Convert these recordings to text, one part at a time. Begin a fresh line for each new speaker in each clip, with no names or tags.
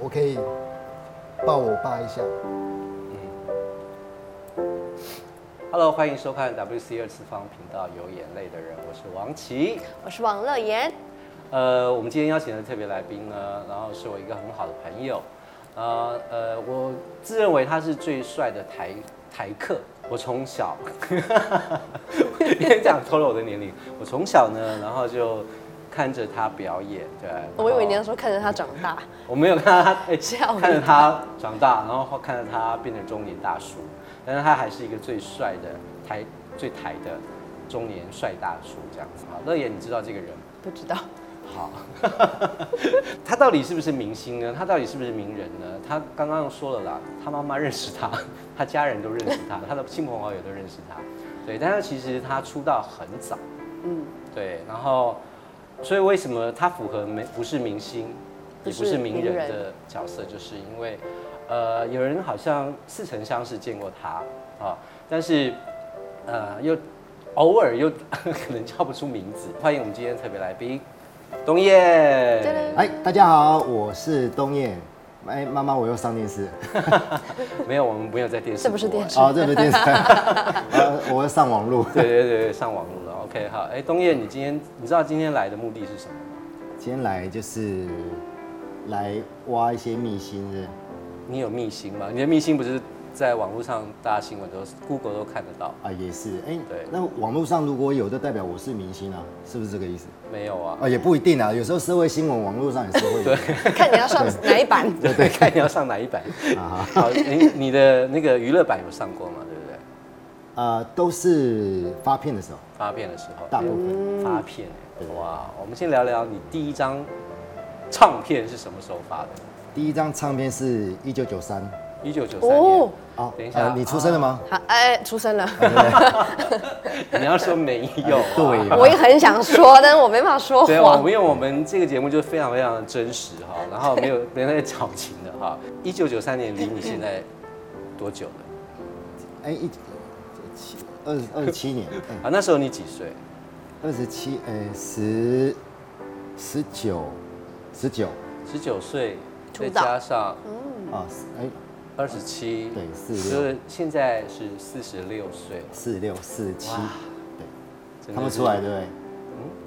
我可以抱我爸一下。
Hello，欢迎收看 WC 二次方频道《有眼泪的人》，我是王琦。
我是王乐妍，
呃，我们今天邀请的特别来宾呢，然后是我一个很好的朋友，呃呃，我自认为他是最帅的台台客。我从小， 别这样透露我的年龄。我从小呢，然后就看着他表演，对。
我以为你
然
要
后
说看着他长大，
我没有看到他，哎、
吓我一跳
看着他长大，然后看着他变成中年大叔，但是他还是一个最帅的台最台的中年帅大叔这样子啊。乐言，你知道这个人吗？
不知道。
好， 他到底是不是明星呢？他到底是不是名人呢？他刚刚说了啦，他妈妈认识他， 他家人都认识他，他的亲朋好友都认识他。对，但是其实他出道很早，
嗯，
对，然后，所以为什么他符合没不是明星，也不
不
是
是
名
名
人
人
的角色，就是因为，呃，有人好像似曾相识见过他啊，但是，呃，又偶尔又 可能叫不出名字。欢迎我们今天特别来宾，冬
噔
叶。
噔
哎，大家好，我是冬叶。哎，妈妈，我又上电视了。
没有，我们没有在电视播，啊
这不是电视
哦，这不是 电视。呃我要上网路。
对对对对，上网路了。OK，好，哎，冬叶，你今天你知道今天来的目的是什么吗？
今天来就是来挖一些秘辛的。
你有秘辛吗？你的秘辛不是在网络上大家新闻都 Google 都看得到？
啊，也是，哎、
对
那网络上如果有，就代表我是明星啊，是不是这个意思？
没有啊。
啊，也不一定啊，有时候社会新闻网络上也是会有。 对，
看你要上哪一版。
啊
对对，看你要上哪一版。好，你你的那个娱乐版有上过嘛？对不对？
呃，都是发片的时候，
发片的时候，
大部分。
发片欸哇！我们先聊聊你第一张唱片是什么时候发的？
第一张唱片是一九九三。
一九九三年
哦。，
哦
等一下啊
呃你出生了吗？
好，哎，出 生了，
你要说没有啊？
对
我也很想说，但是我没办法说
对，我
谎
啊
们因。为我们这个节目就非常非常的真实哈，然后没有没有在矫情的哈。一九九三年离你现在多久了？
哎、一七二二十 七年，哎
啊，那时候你几岁？
二十七，哎，十十九，十九
十九岁，
出
再
道
加上
啊，哎、
二十七，
对46
就是现在是四十六岁，
四十六、四十七，对，
真的是
看不出来对不对？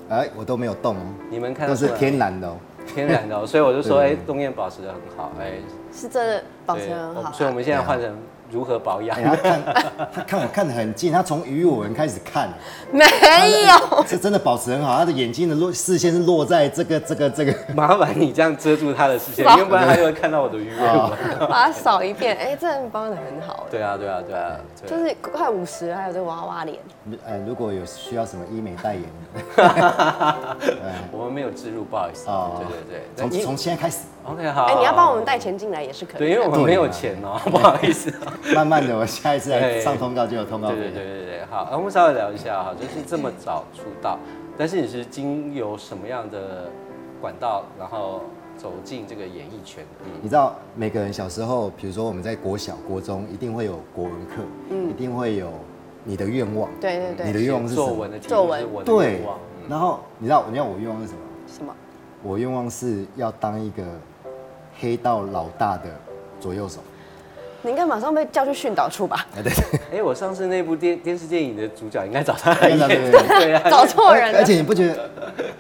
哎、我都没有动哦，
你们看
都
得
是
出来
天然的哦。
天然的哦，所以我就说，
对
哎，冬燕保持的很好，哎，
是真的保持
对
得很
我
好。啊
所以我们现在换成如何保养
啊哎、，他看 他看我看得很近，他从鱼尾纹开始看，
没有，
这真的保持很好。他的眼睛的落视线是落在这个这个这个，
麻烦你这样遮住他的视 线，
好
要不然他就会看到我的鱼尾
哦
纹。
把它扫一遍。哎，真的帮的很好。
对啊，对啊，对啊，
就
对。
是快五十，还有这娃娃脸，
哎、如果有需要什么医美代言，
我们没有置入，不好意思。
哦
对对对，
从
那你
从现在开始，
OK 好。
啊
哎，你要帮我们带钱进来也是可
对，
以
因为
的。
我们没有钱哦， 不好意思。
慢慢的，我下一次来
对
上通告就有通告
对
费。
对对对对，好，啊我们稍微聊一下哈，就是这么早出道，但是你是经由什么样的管道，然后走进这个演艺圈的？嗯
你知道每个人小时候，比如说我们在国小、国中，一定会有国文课，一定会有你的愿望，
对对对
你的愿望是什
作
么
文？的题目
作文
是我的
对
愿望，
然后你知道，你知道我愿望是什么？
什么？
我愿望是要当一个黑道老大的左右手。
你应该马上被叫去训导处吧？
哎，对，对
哎、我上次那部电电视电影的主角应该找他来演，
对 对对 对
对啊，
找错人
而
了。
且你不觉得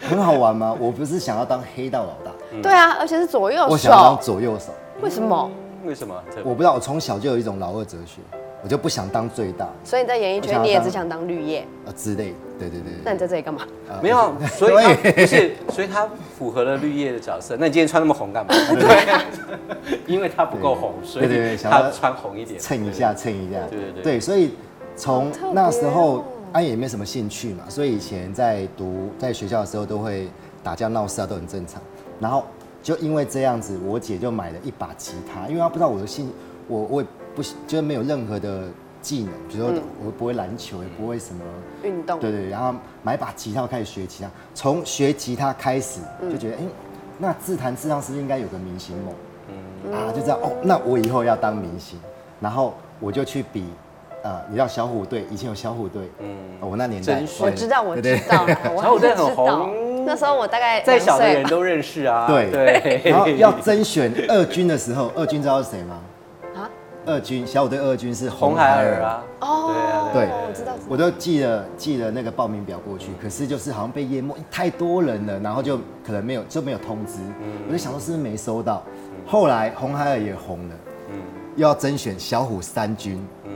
很好玩吗？ 我不是想要当黑道老大，
对啊，而且是左右
嗯我想要
手
当。左右手。
为什么？
为什么？这
我不知道，我从小就有一种老二哲学，我就不想当最大
所以你在演艺
我想要
圈，你也
当
只想当绿叶，
呃之类的。对对对
那
对
你在这里干嘛？
啊
没有，啊 所以他不是，所以他符合了绿叶的角色。那你今天穿那么红 干嘛？对， 因为他不够红，所以
对对对想要
他穿红一点，
蹭一下，蹭一下。
对对对
所以从
好特别
那时候
哦，
安、也没什么兴趣嘛，所以以前在读在学校的时候都会打架闹事啊，都很正常。然后就因为这样子，我姐就买了一把吉他，因为她不知道我的兴，我我也不就是没有任何的技能，比如
嗯
说我不会篮球，也不会什么。
运动。
对对，对然后买把吉他我开始学吉他，从学吉他开始
嗯
就觉得，哎、那自弹自唱是不是应该有个明星
嗯
梦？啊，就这样哦，那我以后要当明星，然后我就去比呃，你知道小虎队以前有小虎队，嗯，我那年代
真是
对
我知道，我
对
知
对
道啦， 我
然后我
还
在
是
很
知道
红。
那时候我大概
再
两
小的
岁
人
吧，
都认识啊。
对
对，
然后要甄选二军的时候，二军知道是谁吗？
啊，
二军小虎队二军是红
红
孩
孩
儿
儿。啊。
哦，
对
我知道，知道
我都寄了寄了那个报名表过去，可是就是好像被淹没，太多人了，然后就可能没有就没有通知，
嗯
我就想说是不是没收到。后来红孩儿也红了，又要甄选小虎三军，
嗯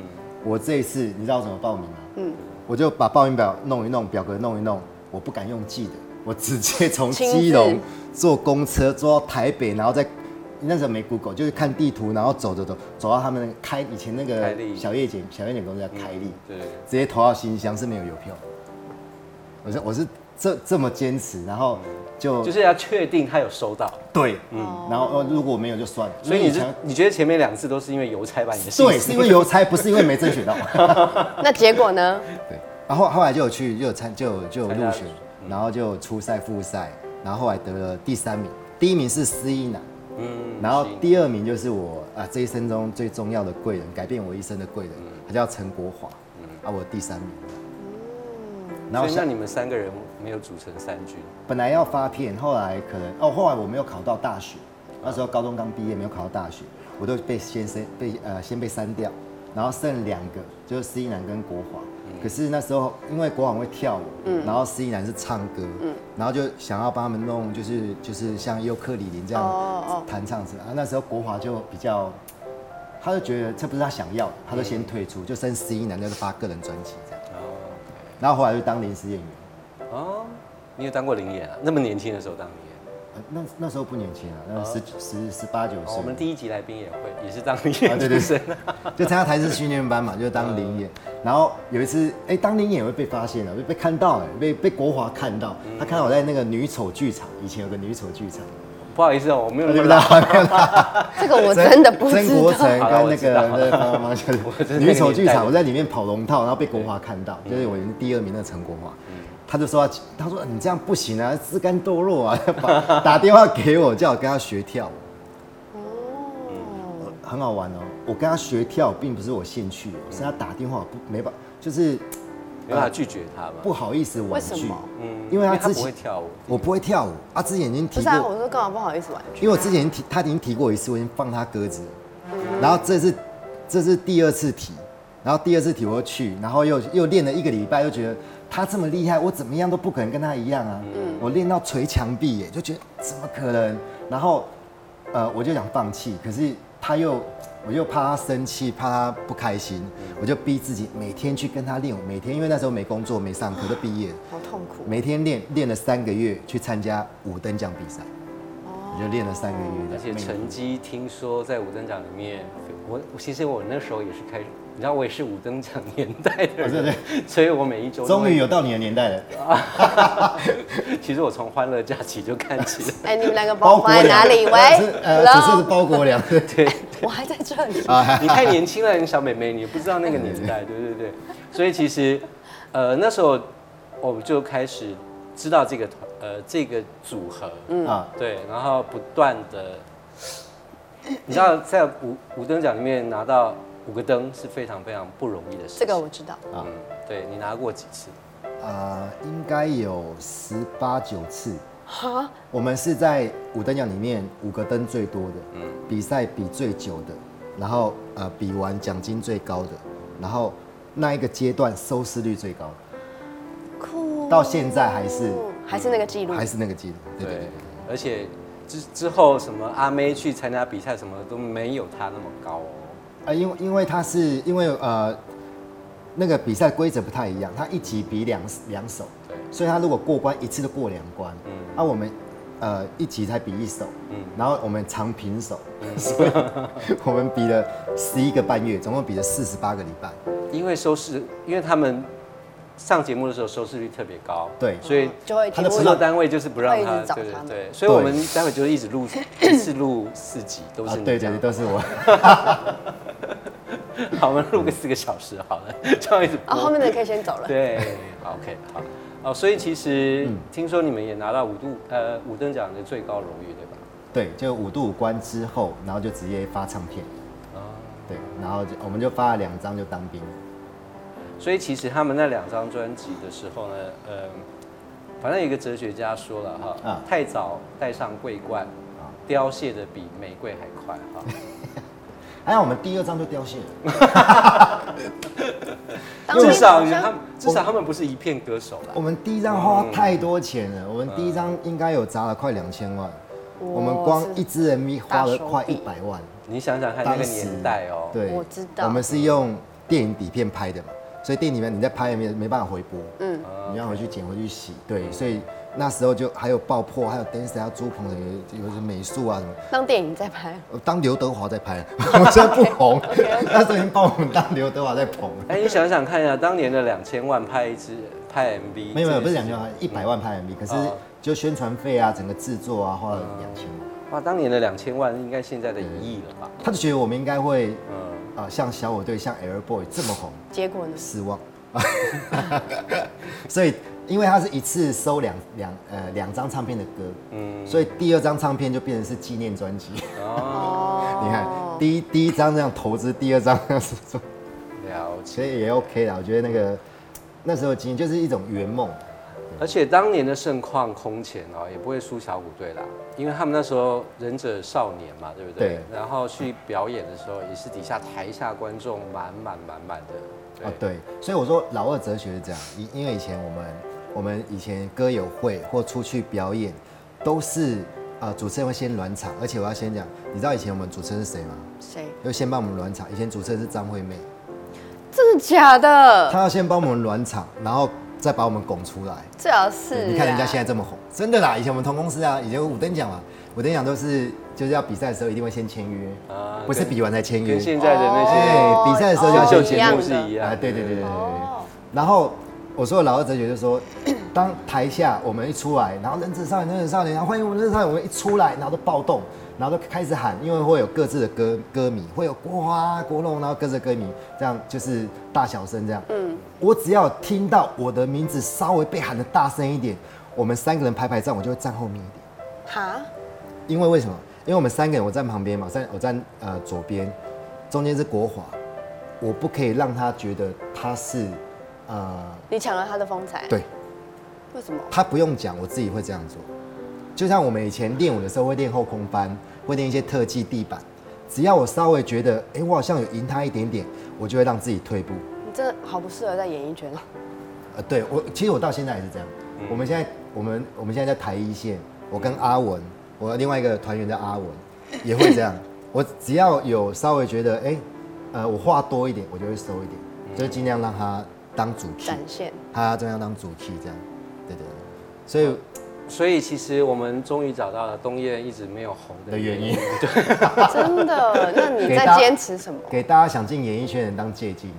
我这一次你知道我怎么报名吗？我就把报名表弄一弄，表格弄一弄，我不敢用寄的，我直接从
亲自
基隆坐公车坐到台北，然后再。那时候没 Google，就是看地图，然后走走走，走到他们那个开以前那
开
个
立
小叶姐小叶姐公
嗯
司叫开立，
对，
直接投到新乡是没有邮票。我是我是这这么坚持，然后就
就是要确定他有收到。
对，嗯，然后呃如果没有就算了。
所以你是
才
你觉得前面两次都是因为邮差把你的信
对，
息
是因为邮 差，不是因为没争取到。
那结果呢？
对，然后后来就有去，就有参，就有就有
参
入
加嗯
选，然后就有初赛、复赛，然后后来得了第三名，第一名是司一男，
嗯
然后
是
第二名就是我啊这一生中最重要的贵人，改变我一生的贵人，
嗯
他叫陈国华，啊我第三名。然后
所以
下
那你们三个人没有组成三军，
本来要发片，后来可能哦，后来我没有考到大学，那时候高中刚毕业，没有考到大学，我都被先生被呃先被删掉，然后剩两个就是施一楠跟国华。
嗯
可是那时候因为国华很会跳舞，然后施一楠是唱歌，
嗯
然后就想要帮他们弄就是就是像尤克里里这
哦哦
样弹唱什么。啊，那时候国华就比较，他就觉得这不是他想要的，他就先退出，就剩施一楠就是发个人专辑这样，然后后来就当临时演员。
哦，你有当过零演啊？那么年轻的时候当零演，
呃那那时候不年轻啊，那十十十八九
哦
岁，
我们第一集来宾也会也是当零
啊
演
对
出
对
身啊。
就参加台式训练班嘛，就当领演。
嗯
然后有一次，哎、当领演会被发现了，被被看到了，被被国华看到，他看到我在那个女丑剧场，以前有个女丑剧场，
不好意思哦，嗯 我没有
对
那
不
么
对
老，？
这个我 真的不
曾
知
国
道。
成
好了
跟
我
那
知道
个那个方方就是
我真的
女丑剧
那个年代
场，我在里面跑龙套，然后被国华看到，就是我第二名那个陈国华，
嗯
他就说他他说你这样不行啊，自甘堕落啊， 把打电话给我，叫我跟他学跳舞。嗯
哦，
很好玩哦。我跟他学跳，并不是我兴趣哦，
嗯
是他打电话我不没办，就是
没办法拒绝他嘛。
不好意思婉
为什
拒
么。
嗯
因为他之
不会
前
跳舞，
我不会跳舞，他之前已经
不
提
是啊，
过，
我说干嘛不好意思玩具？
因为我之前提他已经提过一次，我已经放他鸽子了。然后这是这是第二次提，然后第二次提我又去，然后又又练了一个礼拜，又觉得他这么厉害，我怎么样都不可能跟他一样啊。我练到捶墙壁耶，就觉得怎么可能？然后呃，我就想放弃，可是他又，我又怕他生气，怕他不开心，我就逼自己每天去跟他练舞，每天因为那时候没工作没上课，都毕业了，
好痛苦。
每天练练了三个月，去参加五等奖比赛，
哦
我就练了三个月的，
而且
每
成绩听说在五等奖里面，我我其实我那时候也是开始，你知道我也是五等奖年代的
哦对
人，所以我每一周都
终
会
于有到你的年代了，
其实我从欢乐假期就看起 了，
哎，你们两个把我放在
粮
哪里？喂
只是呃，只是
，Hello，
包国良
对，
我还在这里。
啊，
你太年轻了，你小妹妹，你不知道那个年代， 对对对，所以其实，呃，那时候我就开始知道这个团，呃，这个组合，
啊，
对，然后不断的，你知道在五五等奖里面拿到五个灯是非常非常不容易的事情，
这个我知道，
嗯，对你拿过几次？
啊，应该有十八九次。我们是在五等奖里面五个灯最多的，比赛比最久的，然后呃比完奖金最高的，然后那一个阶段收视率最高的，
酷。
到现在还是
哦还是那个记录，
还是那个记录。对对对
对，而且之之后什么阿妹去参加比赛什么都没有她那么高哦。
啊、因为因为它是因为呃那个比赛规则不太一样，它一集比两两首，
对
所以他如果过关一次就过两关，嗯，啊我们呃一集才比一手，嗯，然后我们常平手，所以我们比了十一个半月，总共比了四十八个礼拜，
因为收视，因为他们上节目的时候收视率特别高，
对
所以
哦就会
他
听
的
制
不
作
让
单位就是不让
会一
他，
直找
对对
他们
对，所以我们待会就一直录，一次录四集都
啊
是你
对对
这
对
样，
都是我，
好，我们录个四个小时好了， 这样一直
啊，后
播，
面的可以先走了。
对好，OK，好，哦，所以其实
嗯
听说你们也拿到五度呃五等奖的最高荣誉对吧？
对，就五度五关之后，然后就直接发唱片，
啊，
对，然后就我们就发了两张就当兵了，
所以其实他们那两张专辑的时候呢，呃，反正有一个哲学家说了哈，
啊
太早戴上桂冠，凋谢的比玫瑰还快哈。
还好哎我们第二张就凋谢了，
当
至
兵
少
好
他
像
们至少他们不是一片歌手
我
啦。
们第一张花太多钱了，我们第一张应该有砸了快两千万，
哇
我们光一支 MV 花了快
大手
一
笔
百万。
你想想看那个年代哦、
对，
我知道
我们是用电影底片拍的嘛，所以电影里面你在拍没没办法回播，嗯，你要回去剪回去洗，对，所以那时候就还有爆破，还有 dancer，还有朱鹏的有有些美术啊什么。
当电影在拍，
呃当刘德华在拍， 我们现在不红，那时候已经把我们当刘德华在捧了。
哎、你想想看呀、当年的两千万拍一支拍 MV，
没有没有，
这个
不是
事
两
情
千万，一百万拍 MV，可是就宣传费啊，整个制作啊，花了两千万。
哇，当年的两千万应该现在的一亿了吧？
他就觉得我们应该会
嗯，
啊、像小我队、像 Air Boy 这么红，
结果呢？
失望。所以，因为他是一次收两两呃两张唱片的歌，嗯，所以第二张唱片就变成是纪念专辑。
嗯
哦，
你看，第一第一张这样投资，第二张这样子做，
了解。
所以也 OK 啦。我觉得那个那时候经验就是一种圆梦，
而且当年的盛况空前哦，也不会输小虎队啦，因为他们那时候忍者少年嘛，对不对？
对
然后去表演的时候，也是底下台下观众满满满满的。
哦，对，所以我说老二哲学是这样，因因为以前我们我们以前歌友会或出去表演，都是啊、呃主持人会先暖场，而且我要先讲，你知道以前我们主持人是谁吗？
谁？
就先帮我们暖场，以前主持人是张惠妹，
真的假的？
她要先帮我们暖场，然后再把我们拱出来。
最好是啊。
你看人家现在这么红，真的啦！以前我们同公司啊，以前五等奖嘛，五等奖都是就是要比赛的时候一定会先签约，
啊
不是比完才签约
跟。现在的那些
哎比赛的时候就
选
要先
秀节目是一
哦样
样
啊，
的。
对对对对对对。
哦，
然后我说的老二哲学就说， 当台下我们一出来，然后忍者少年、忍者少年，然后欢迎我们忍者少年，我们一出来，然后都暴动，然后都开始喊，因为会有各自的歌歌迷，会有国花、国龙，然后各自的歌迷，这样就是大小声这样。嗯，我只要听到我的名字稍微被喊的大声一点，我们三个人排排站，我就会站后面一点。
哈，
因为为什么？因为我们三个人，我站旁边嘛，三我站呃左边，中间是国华，我不可以让他觉得他是呃
你抢了他的风采。
对，
为什么？
他不用讲，我自己会这样做。就像我们以前练舞的时候会练后空翻，会练一些特技地板，只要我稍微觉得，哎、我好像有赢他一点点，我就会让自己退步。
你真的好不适合在演艺圈哦。
呃，对我，其实我到现在也是这样。我们现在，我们我们现在在台一线，我跟阿文，我另外一个团员叫阿文，也会这样。我只要有稍微觉得，哎、呃，我话多一点，我就会收一点，就是尽量让他当主 key，
展 现
他尽量当主 key 这样。对对对，所以
所以其实我们终于找到了东燕一直没有红的
的原因。
真的？那你
给
在
大
坚持什么？
给大家想进演艺圈的人当借鉴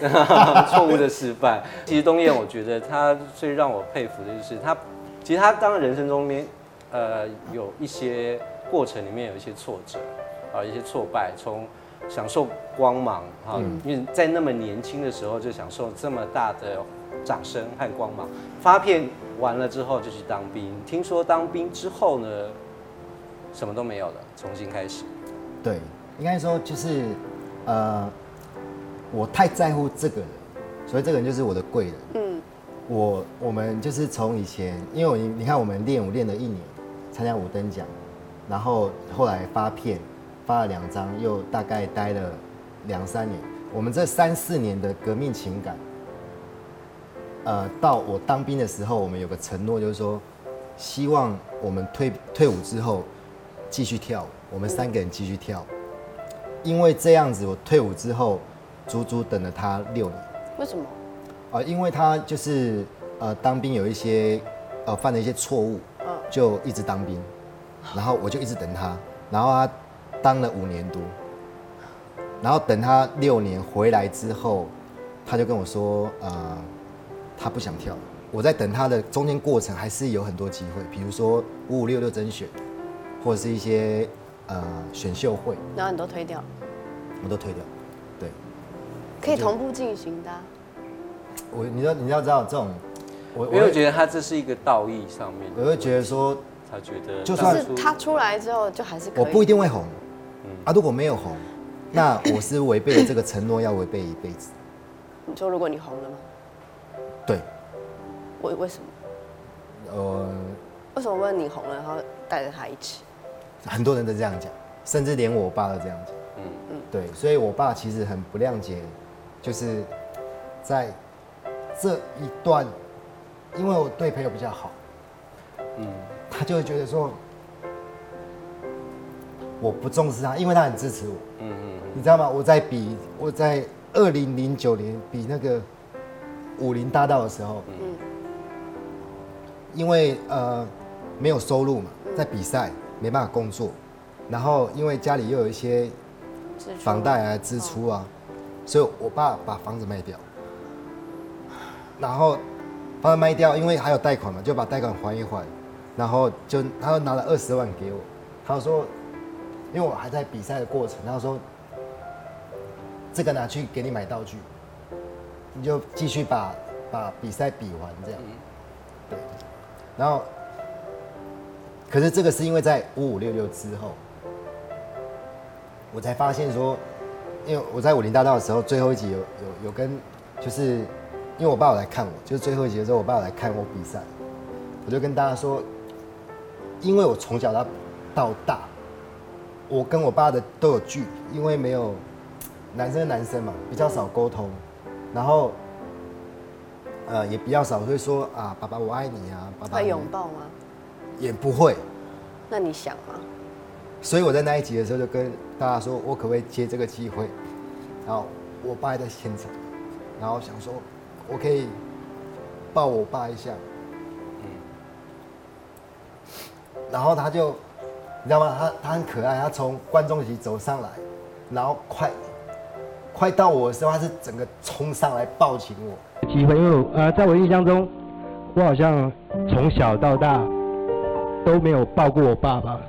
的。
错误的示范。其实东燕，我觉得他最让我佩服的就是他，其实他当人生中间，呃，有一些过程里面有一些挫折，啊、一些挫败，从享受光芒哈、
嗯
因为在那么年轻的时候就享受这么大的掌声和光芒，发片完了之后就去当兵，听说当兵之后呢，什么都没有了，重新开始。
对，应该说就是，呃，我太在乎这个人，所以这个人就是我的贵人。嗯，我我们就是从以前，因为我你看我们练舞练了一年，参加五等奖，然后后来发片，发了两张，又大概待了两三年。我们这三四年的革命情感，呃，到我当兵的时候，我们有个承诺，就是说，希望我们退退伍之后继续跳舞，我们三个人继续跳舞。因为这样子，我退伍之后，足足等了他六年。
为什么？
啊，因为他就是呃当兵有一些呃犯了一些错误，
嗯
就一直当兵，然后我就一直等他，然后他当了五年多，然后等他六年回来之后，他就跟我说，呃，他不想跳了。我在等他的中间过程还是有很多机会，比如说五五六六甄选，或者是一些呃选秀会，
然后你都推掉，
我都推掉。对，
可以同步进行的啊、
我你要你要知道这种，我
因为我
会
觉得他这是一个道义上面
我
的，
会觉得说
他觉得
就
当
算
就是
初
他出来之后就还是可以。嗯
我不一定会红， 啊，如果没有红，那我是违背了这个承诺，要违背一辈子。
你说如果你红了吗？
对，
为为什么？
呃，
为什么问你红了，然后带着他一起？
很多人都这样讲，甚至连我爸都这样讲。
嗯
对，所以我爸其实很不谅解，就是在这一段，因为我对朋友比较好，
嗯，
他就会觉得说我不重视他，因为他很支持我。
嗯嗯
你知道吗？我在比我在二零零九年比那个武林大道的时候，
嗯
因为呃没有收入嘛，在比赛没办法工作，然后因为家里又有一些
支出
房贷啊支出啊，所以我爸把房子卖掉，然后把它卖掉，因为还有贷款嘛，就把贷款还一还，然后就他又拿了二十万给我，他说，因为我还在比赛的过程，他说，这个拿去给你买道具，你就继续把把比赛比完这样，对，然后，可是这个是因为在五五六六之后，我才发现说，因为我在武林大道的时候，最后一集有有有跟，就是因为我爸有来看我，就是最后一集的时候，我爸有来看我比赛，我就跟大家说，因为我从小到到大，我跟我爸的都有距离，因为没有男生跟男生嘛，比较少沟通，然后。呃，也比较少会说啊，爸爸我爱你啊，爸爸
哦会
我
拥抱吗？
也不会，
那你想吗？
所以我在那一集的时候就跟大家说，我可不可以接这个机会？然后我爸还在现场，然后想说，我可以抱我爸一下。嗯然后他就，你知道吗？他他很可爱，他从观众席走上来，然后快快到我的时候，他是整个冲上来抱紧我。
机会，因为我呃，在我印象中，我好像从小到大都没有抱过我爸爸。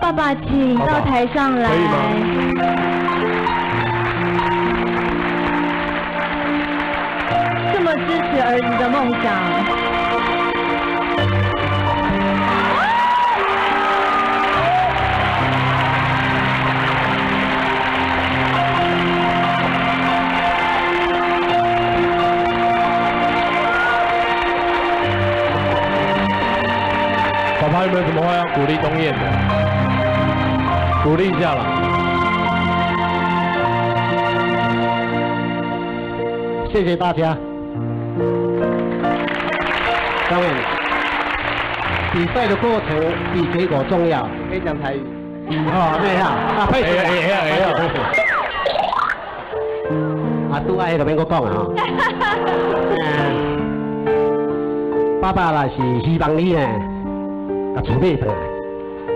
爸爸，请到台上来。
可以吗
这么支持儿子的梦想。
爸爸有没有什么话要鼓励东燕的？鼓励一下啦。谢谢大家。各位，比赛的过程比结果重要。可以讲台语。哦，对呀，啊，会。哎呀哎呀哎呀！啊，拄爱就免我讲啊。爸爸啦是希望你呢。甲厝买倒来，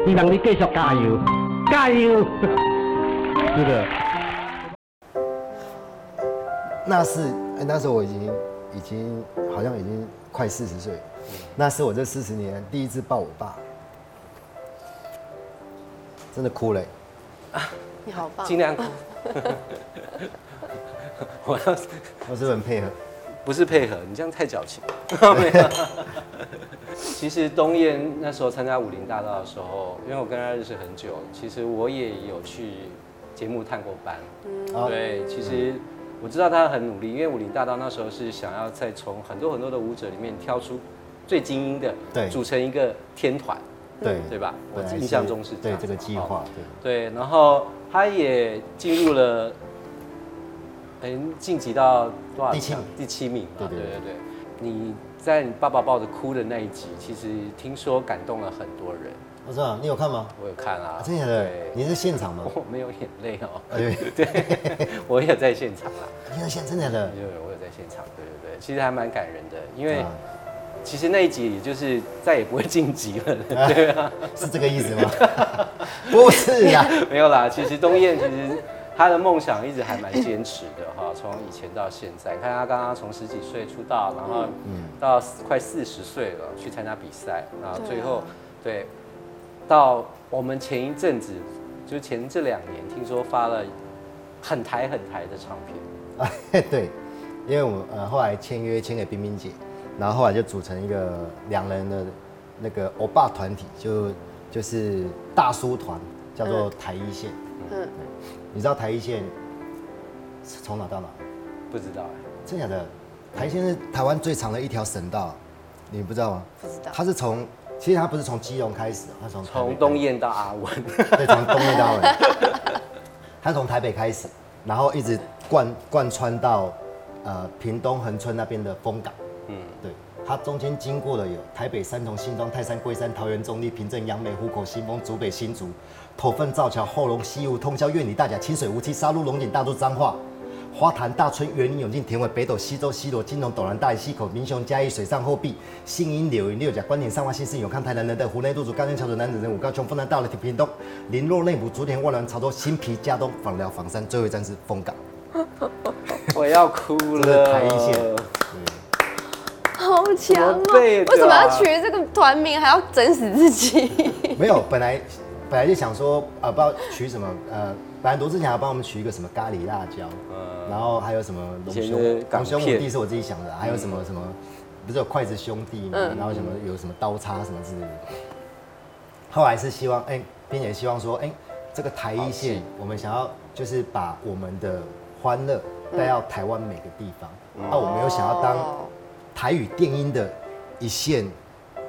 希望你继续加油，加油！ 是的。
那是、呃那时候我已经已经好像已经快四十岁了，那是我这四十年第一次抱我爸，真的哭了欸、
你好
哦
棒，
尽量 哭。我要是
我是不是很配合。
不是配合，你这样太矫 情。没有。其实东燕那时候参加武林大道的时候，因为我跟他认识很久，其实我也有去节目探过班。
啊
对，其实我知道他很努力，因为武林大道那时候是想要再从很多很多的舞者里面挑出最精英的，
对
组成一个天团，
对
对吧？我
本来
印象中是这
对
样
这个计
哦
划，对
对，然后他也进入了，嗯，晋级到多少
第七
强
名
第七名嘛。
对对
对
对
对对，你在你爸爸抱着哭的那一集，其实听说感动了很多人，
我知道你有看吗？
我有看啊
啊，真的假的
对？
你是现场吗？
我没有眼泪哦，
啊对，
对，我也在现场啊，
你是现真的假的
对，？我有在现场，对对对，其实还蛮感人的，因为
啊
其实那一集也就是再也不会晋级了，对啊。
是这个意思吗？ 不是啊呀，
没有啦，其实东燕其实他的梦想一直还蛮坚持的哈， 从以前到现在，你看他刚刚从十几岁出道，然后
嗯
到快四十岁了去参加比赛，然后最后对到我们前一阵子，就前这两年听说发了很台很台的唱片，
啊， 对，因为我们呃后来签约签给冰冰姐，然后后来就组成一个两人的那个欧巴团体，就就是大叔团，叫做台一线。
嗯
你知道台一线是从哪到哪？
不知道哎、
真假的？台线是台湾最长的一条省道，啊你不知道吗？
不知道
它是从，其实它不是从基隆开始，啊它从台北
从东燕到阿文，
对，从东岳到尾，它从台北开始，然后一直贯贯穿到呃屏东恒春那边的丰港。嗯，对，它中间经过了有台北、三重、新庄、泰山、龟山、桃园、中立、平镇、杨梅、湖口、新丰、竹北、新竹、头份、造桥、后龙、西湖、通宵、苑里、大甲、清水、无期、沙鹿、龙井、大肚、彰化。花坛、大村、园林、永靖、田尾、北斗、西洲、西罗、金龙、斗南、大溪口、民雄、嘉义、水上、后壁、新营、柳营、六甲、关田、上万、新市、永康、台南、仁德、湖内、鹿竹、高雄、桥头、南子、人武、高雄、丰南、大了、屏东、林洛、内埔、竹田、万峦、潮州、新皮、嘉东、访寮、房山，最后一站是丰港。
我要哭了。
这是台一线对，
好强哦、
怎么背的啊
为什么要取这个团名，还要整死自己？
没有，本来本来就想说，呃，不知道取什么，呃，本来罗志祥要帮我们取一个什么咖喱辣椒，然后还有什么龙
呃以前
兄
的港
龙兄
片嗯
弟是我自己想的，还有什么什么，不是有筷子兄弟嘛，然后什么有什么刀叉什么之类的。后来是希望，哎、并且希望说，哎、这个台一线，我们想要就是把我们的欢乐
嗯
带到台湾每个地方。那、我们又想要当
哦
台语电音的一线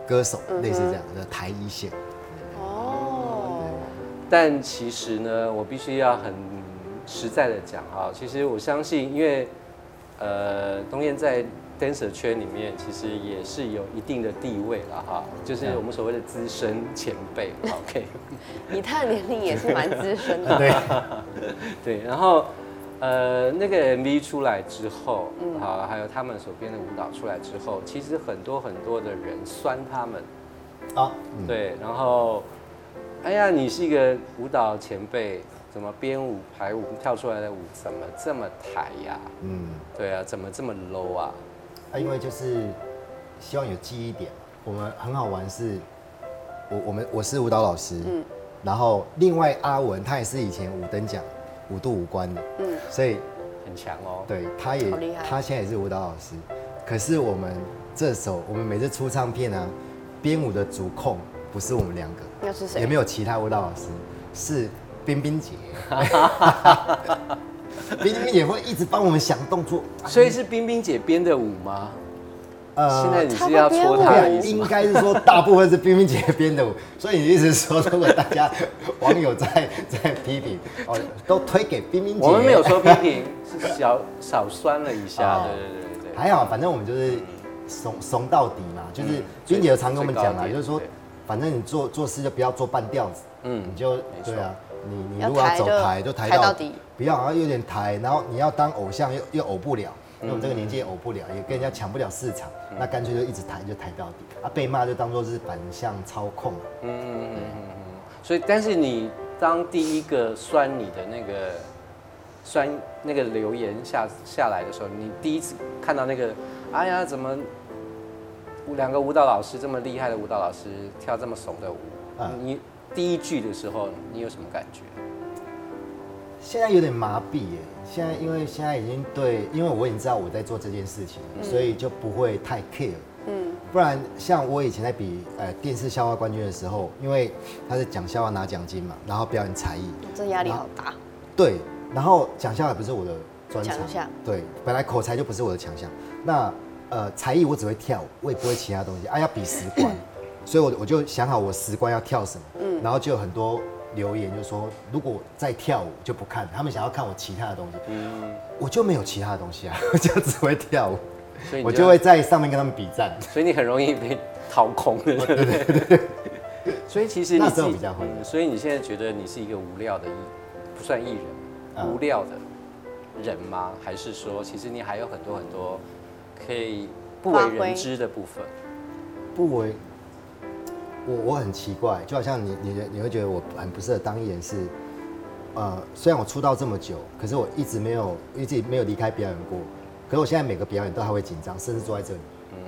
歌手，
嗯
类似这样的台一线。
哦，
但其实呢，我必须要很实在的讲啊，其实我相信，因为呃，东燕在 dancer 圈里面其实也是有一定的地位了哈，就是我们所谓的资深前辈。OK，
你他的年龄也是蛮资深 的。
对，
对，然后呃，那个 MV 出来之后，啊，还有他们所编的舞蹈出来之后，其实很多很多的人酸他们，
啊，嗯
对，然后，哎呀，你是一个舞蹈前辈，怎么编舞排舞跳出来的舞怎么这么抬呀、
嗯，
对啊，怎么这么 low 啊？
啊，因为就是希望有记忆点。我们很好玩是，我我们我是舞蹈老师，嗯，然后另外阿文他也是以前五等奖五度五关的，嗯，所以
很强哦。
对他也
好厉害
他现在也是舞蹈老师，可是我们这首我们每次出唱片啊，编舞的主控不是我们两个，
那是谁？
也没有其他舞蹈老师，是冰冰 姐。 冰冰姐会一直帮我们想动作，
所以是冰冰姐编的舞吗？
呃
现在你是要戳她
他
的
对
意
啊，
思
应
吗？
该是说大部分是冰冰姐编的舞， 所以你一直说，如果大家网友在 在批评，哦，都推给冰冰姐。
我们没有说批 评，是小少酸了一下。
哦
对对对对对。
还好，反正我们就是怂怂到底嘛，就是
嗯
冰姐有常跟我们讲
最高
啦，
点
就是说
对，
反正你做做事就不要做半吊子，
嗯
嗯，你就
错
对啊，你你
要
如果要
抬
走
就
台就抬
抬到
到
底
底，不要好啊像有点抬，然后你要当偶像又又偶不了。因为我
嗯
们这个年纪也偶不了，也跟人家抢不了市场，那干脆就一直抬就抬到底，啊被骂就当做是反向操控啊嘛，
所以，但是你当第一个酸你的那个酸那个留言下下来的时候，你第一次看到那个，哎呀，怎么两个舞蹈老师这么厉害的舞蹈老师跳这么怂的舞？
嗯
你第一句的时候，你有什么感觉？
现在有点麻痹耶，现在因为现在已经对，因为我已经知道我在做这件事情，所以就不会太 care。嗯，不然像我以前在比呃电视笑话冠军的时候，因为他是讲笑话拿奖金嘛，然后表演才艺，
这压力好大。
对，然后讲笑话也不是我的专长
强项，
对，本来口才就不是我的强项，那呃才艺我只会跳舞，我也不会其他东西，啊要比 十关，所以我我就想好我十关要跳什么，
嗯
然后就有很多留言就说如果再跳舞就不看，他们想要看我其他的东西，
嗯
我就没有其他的东西啊， 我就只会跳舞，
所以你
我就会，在上面跟他们比战，
所以你很容易被掏空的，对对对。所以其实你
那
自
时候
己
比较会
嗯所以你现在觉得你是一个无料的艺，不算艺人，
嗯
无料的人吗？还是说，其实你还有很多很多可以不为人知的部分？
不为我我很奇怪，就好像你你你会觉得我很不适合当艺人是，呃，虽然我出道这么久，可是我一直没有一直没有离开表演过，可是我现在每个表演都还会紧张，甚至坐在这里，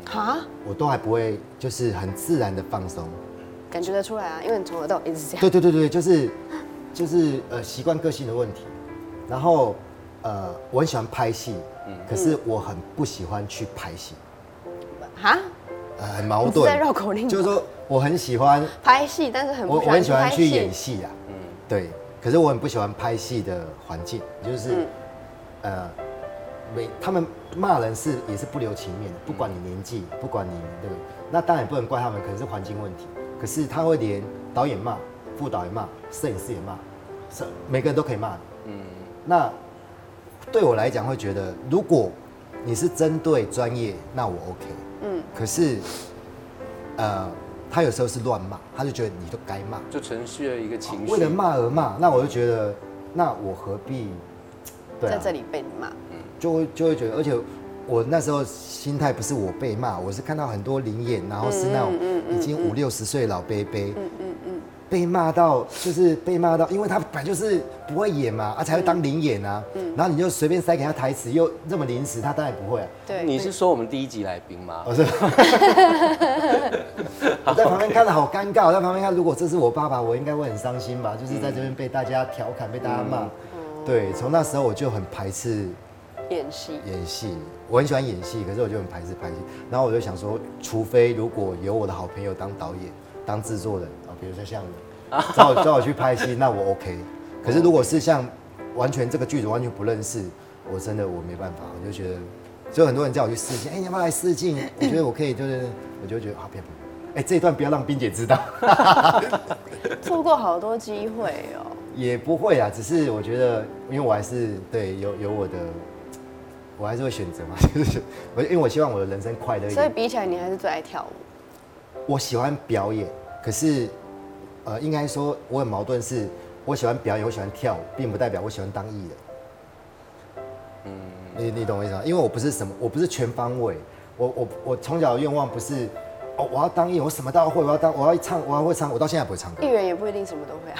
哈，
我都还不会就是很自然的放松。
感觉得出来啊，因为你从头到尾一直这样。
对对对对，就是就是呃习惯个性的问题，然后呃我很喜欢拍戏，可是
嗯
我很不喜欢去拍戏，
哈，
呃很矛
你是
盾，
在绕口令吗
就是说我很喜欢
拍戏，但是很
我
不
我很喜
去
欢
拍
去
戏。
演戏啊，嗯，
嗯
对，可是我很不喜欢拍戏的环境，就是、呃，每他们骂人是也是不留情面的，不管你年纪，不管你对不对？那当然也不能怪他们，可能是环境问题。可是他会连导演骂、副导演骂、摄影师也骂，是每个人都可以骂你。
嗯，
那对我来讲，会觉得如果你是针对专业，那我 OK。
嗯，
可是，呃，他有时候是乱骂，他就觉得你就该骂，
就程序的一个情绪。
为了骂而骂，那我就觉得，那我何必？对、啊，
在这里被骂，
就会就会觉得，而且我那时候心态不是我被骂，我是看到很多灵眼，然后是
嗯
那种已经五六十岁老伯伯，被骂到就是被骂到，因为他本来就是不会演嘛，啊才会当灵眼啊，
嗯
然后你就随便塞给他台词，又这么临时，他当然 不会、啊。
对，
你是说我们第一集来宾吗？
哦我是，我在旁边看的好尴尬，我在旁边看，如果这是我爸爸，我应该会很伤心吧，就是在这边被大家调侃，被大家
嗯
骂。对，从那时候我就很排斥
演戏，
演戏，我很喜欢演戏，可是我就很排斥拍戏。然后我就想说，除非如果有我的好朋友当导演、当制作人啊，比如说像你，找我找我去拍戏，那我 OK。可是如果是像完全这个剧组完全不认识，我真的我没办法，我就觉得，所以很多人叫我去试镜，哎、你要不要来试镜？我觉得我可以，就是我就觉得啊，别别别，哎、这一段不要让冰姐知道，
错过好多机会哦。
也不会啦，只是我觉得，因为我还是对有有我的。我还是会选择嘛， 就是我，因为我希望我的人生快乐一点。
所以比起来，你还是最爱跳舞。
我喜欢表演，可是，呃，应该说我很矛盾是，我喜欢表演，我喜欢跳舞，并不代表我喜欢当艺人。嗯，你你懂我意思吗？因为我不是什么，我不是全方位，我我我从小的愿望不是，哦，我要当艺人，我什么都要会，我要当我要唱，我要会唱，我到现在不会唱歌
艺。人也不一定什么都会啊。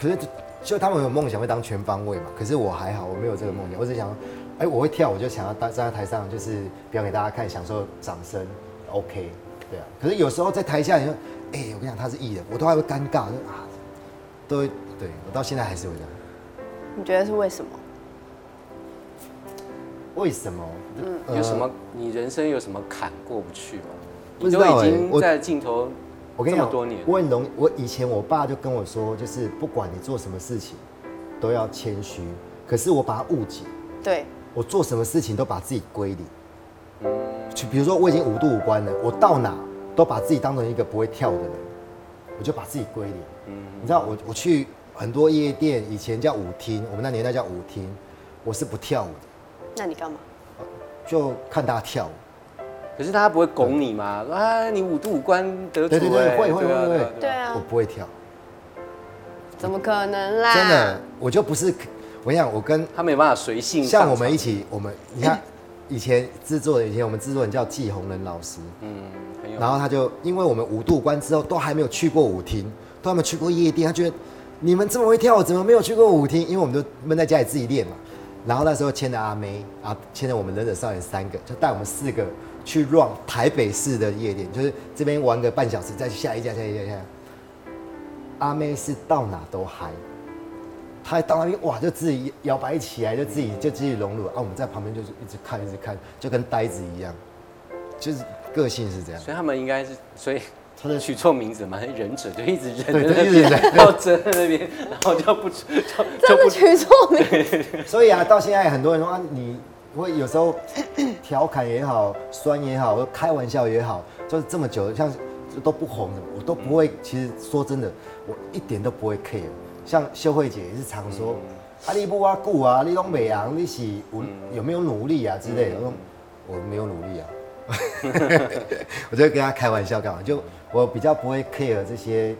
可是就就他们有梦想会当全方位嘛，可是我还好，我没有这个梦想，我只想，哎、我会跳，我就想要站站在台上，就是表演给大家看，享受掌声，OK，对啊。可是有时候在台下，你说，哎、我跟你讲，他是艺人，我都还会尴尬，就啊，都会对我到现在还是会这样。
你觉得是为什么？
为什么？呃
有什么？你人生有什么坎过不去吗？
不
你
知
都
道
已
欸
经
我
在镜头
我跟你讲，
这么多年
我很容易，我以前我爸就跟我说，就是不管你做什么事情，都要谦虚。可是我把他误解，
对，
我做什么事情都把自己归零。就比如说我已经五度五关了，我到哪都把自己当成一个不会跳的人，我就把自己归零。你知道我我去很多夜店，以前叫舞厅，我们那年代叫舞厅，我是不跳舞的，
那你干嘛？
就看大家跳舞。
可是他不会拱你吗？啊，你五度五关得主
对对对
哎
会会
啊
会
啊
会
对啊
我不会跳，
怎么可能啦？
真的，我就不是。我跟你讲，我跟
他没有办法随性上场。
像我们一起，我们你看，以前制作人，以前我们制作人叫季红人老师，
嗯，很有
然后他就因为我们五度关之后都还没有去过舞厅，都还没有去过夜店，他觉得你们这么会跳舞，怎么没有去过舞厅？因为我们都闷在家里自己练嘛。然后那时候牵了阿妹啊，牵了我们忍者少年三个，就带我们四个去 run 台北市的夜店，就是啊这边玩个半小时，再去下一家、下一家、下一家。阿妹是到哪都嗨，她到那边哇就自己摇摆起来，就自己就自己融入啊。我们在旁边就是一直看一直看，就跟呆子一样，就是个性是这样。
所以他们应该是，所以
他在
取错名字嘛，忍者就一直忍
对
在
就一
那
直
边，
忍
然后遮在那边，然后就不就就
真的
不
取错名，
所以啊，到现在很多人说啊，你会有时候调侃也好，酸也好，或开玩笑也好，就是这么久，像都不红的，我都不会。其实说真的，我一点都不会 care。像秀慧姐也是常说，啊，你不挖顾啊，你拢美昂，你是有、有没有努力啊之类的。我说我没有努力啊， 我就会跟他开玩笑干嘛？就我比较不会 care 这些，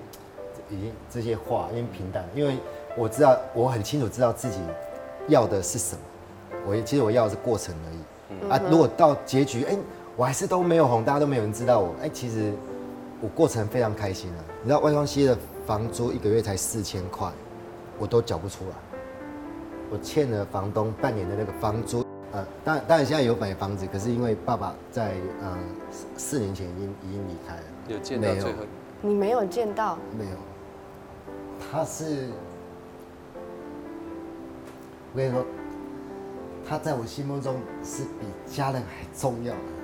已经这些话，因为平淡，因为我知道我很清楚知道自己要的是什么。我也其实我要的是过程而已、
嗯
啊。如果到结局，哎、我还是都没有红，大家都没有人知道我，哎、其实我过程非常开心啊。你知道外双溪的房租一个月才四千块，我都缴不出来，我欠了房东半年的那个房租。呃，当然当然现在有买房子，可是因为爸爸在呃四四年前已经已经离开了，
有见到
没有
最后，
你没有见到，
没有，他是，我跟你说，他在我心目中是比家人还重要的。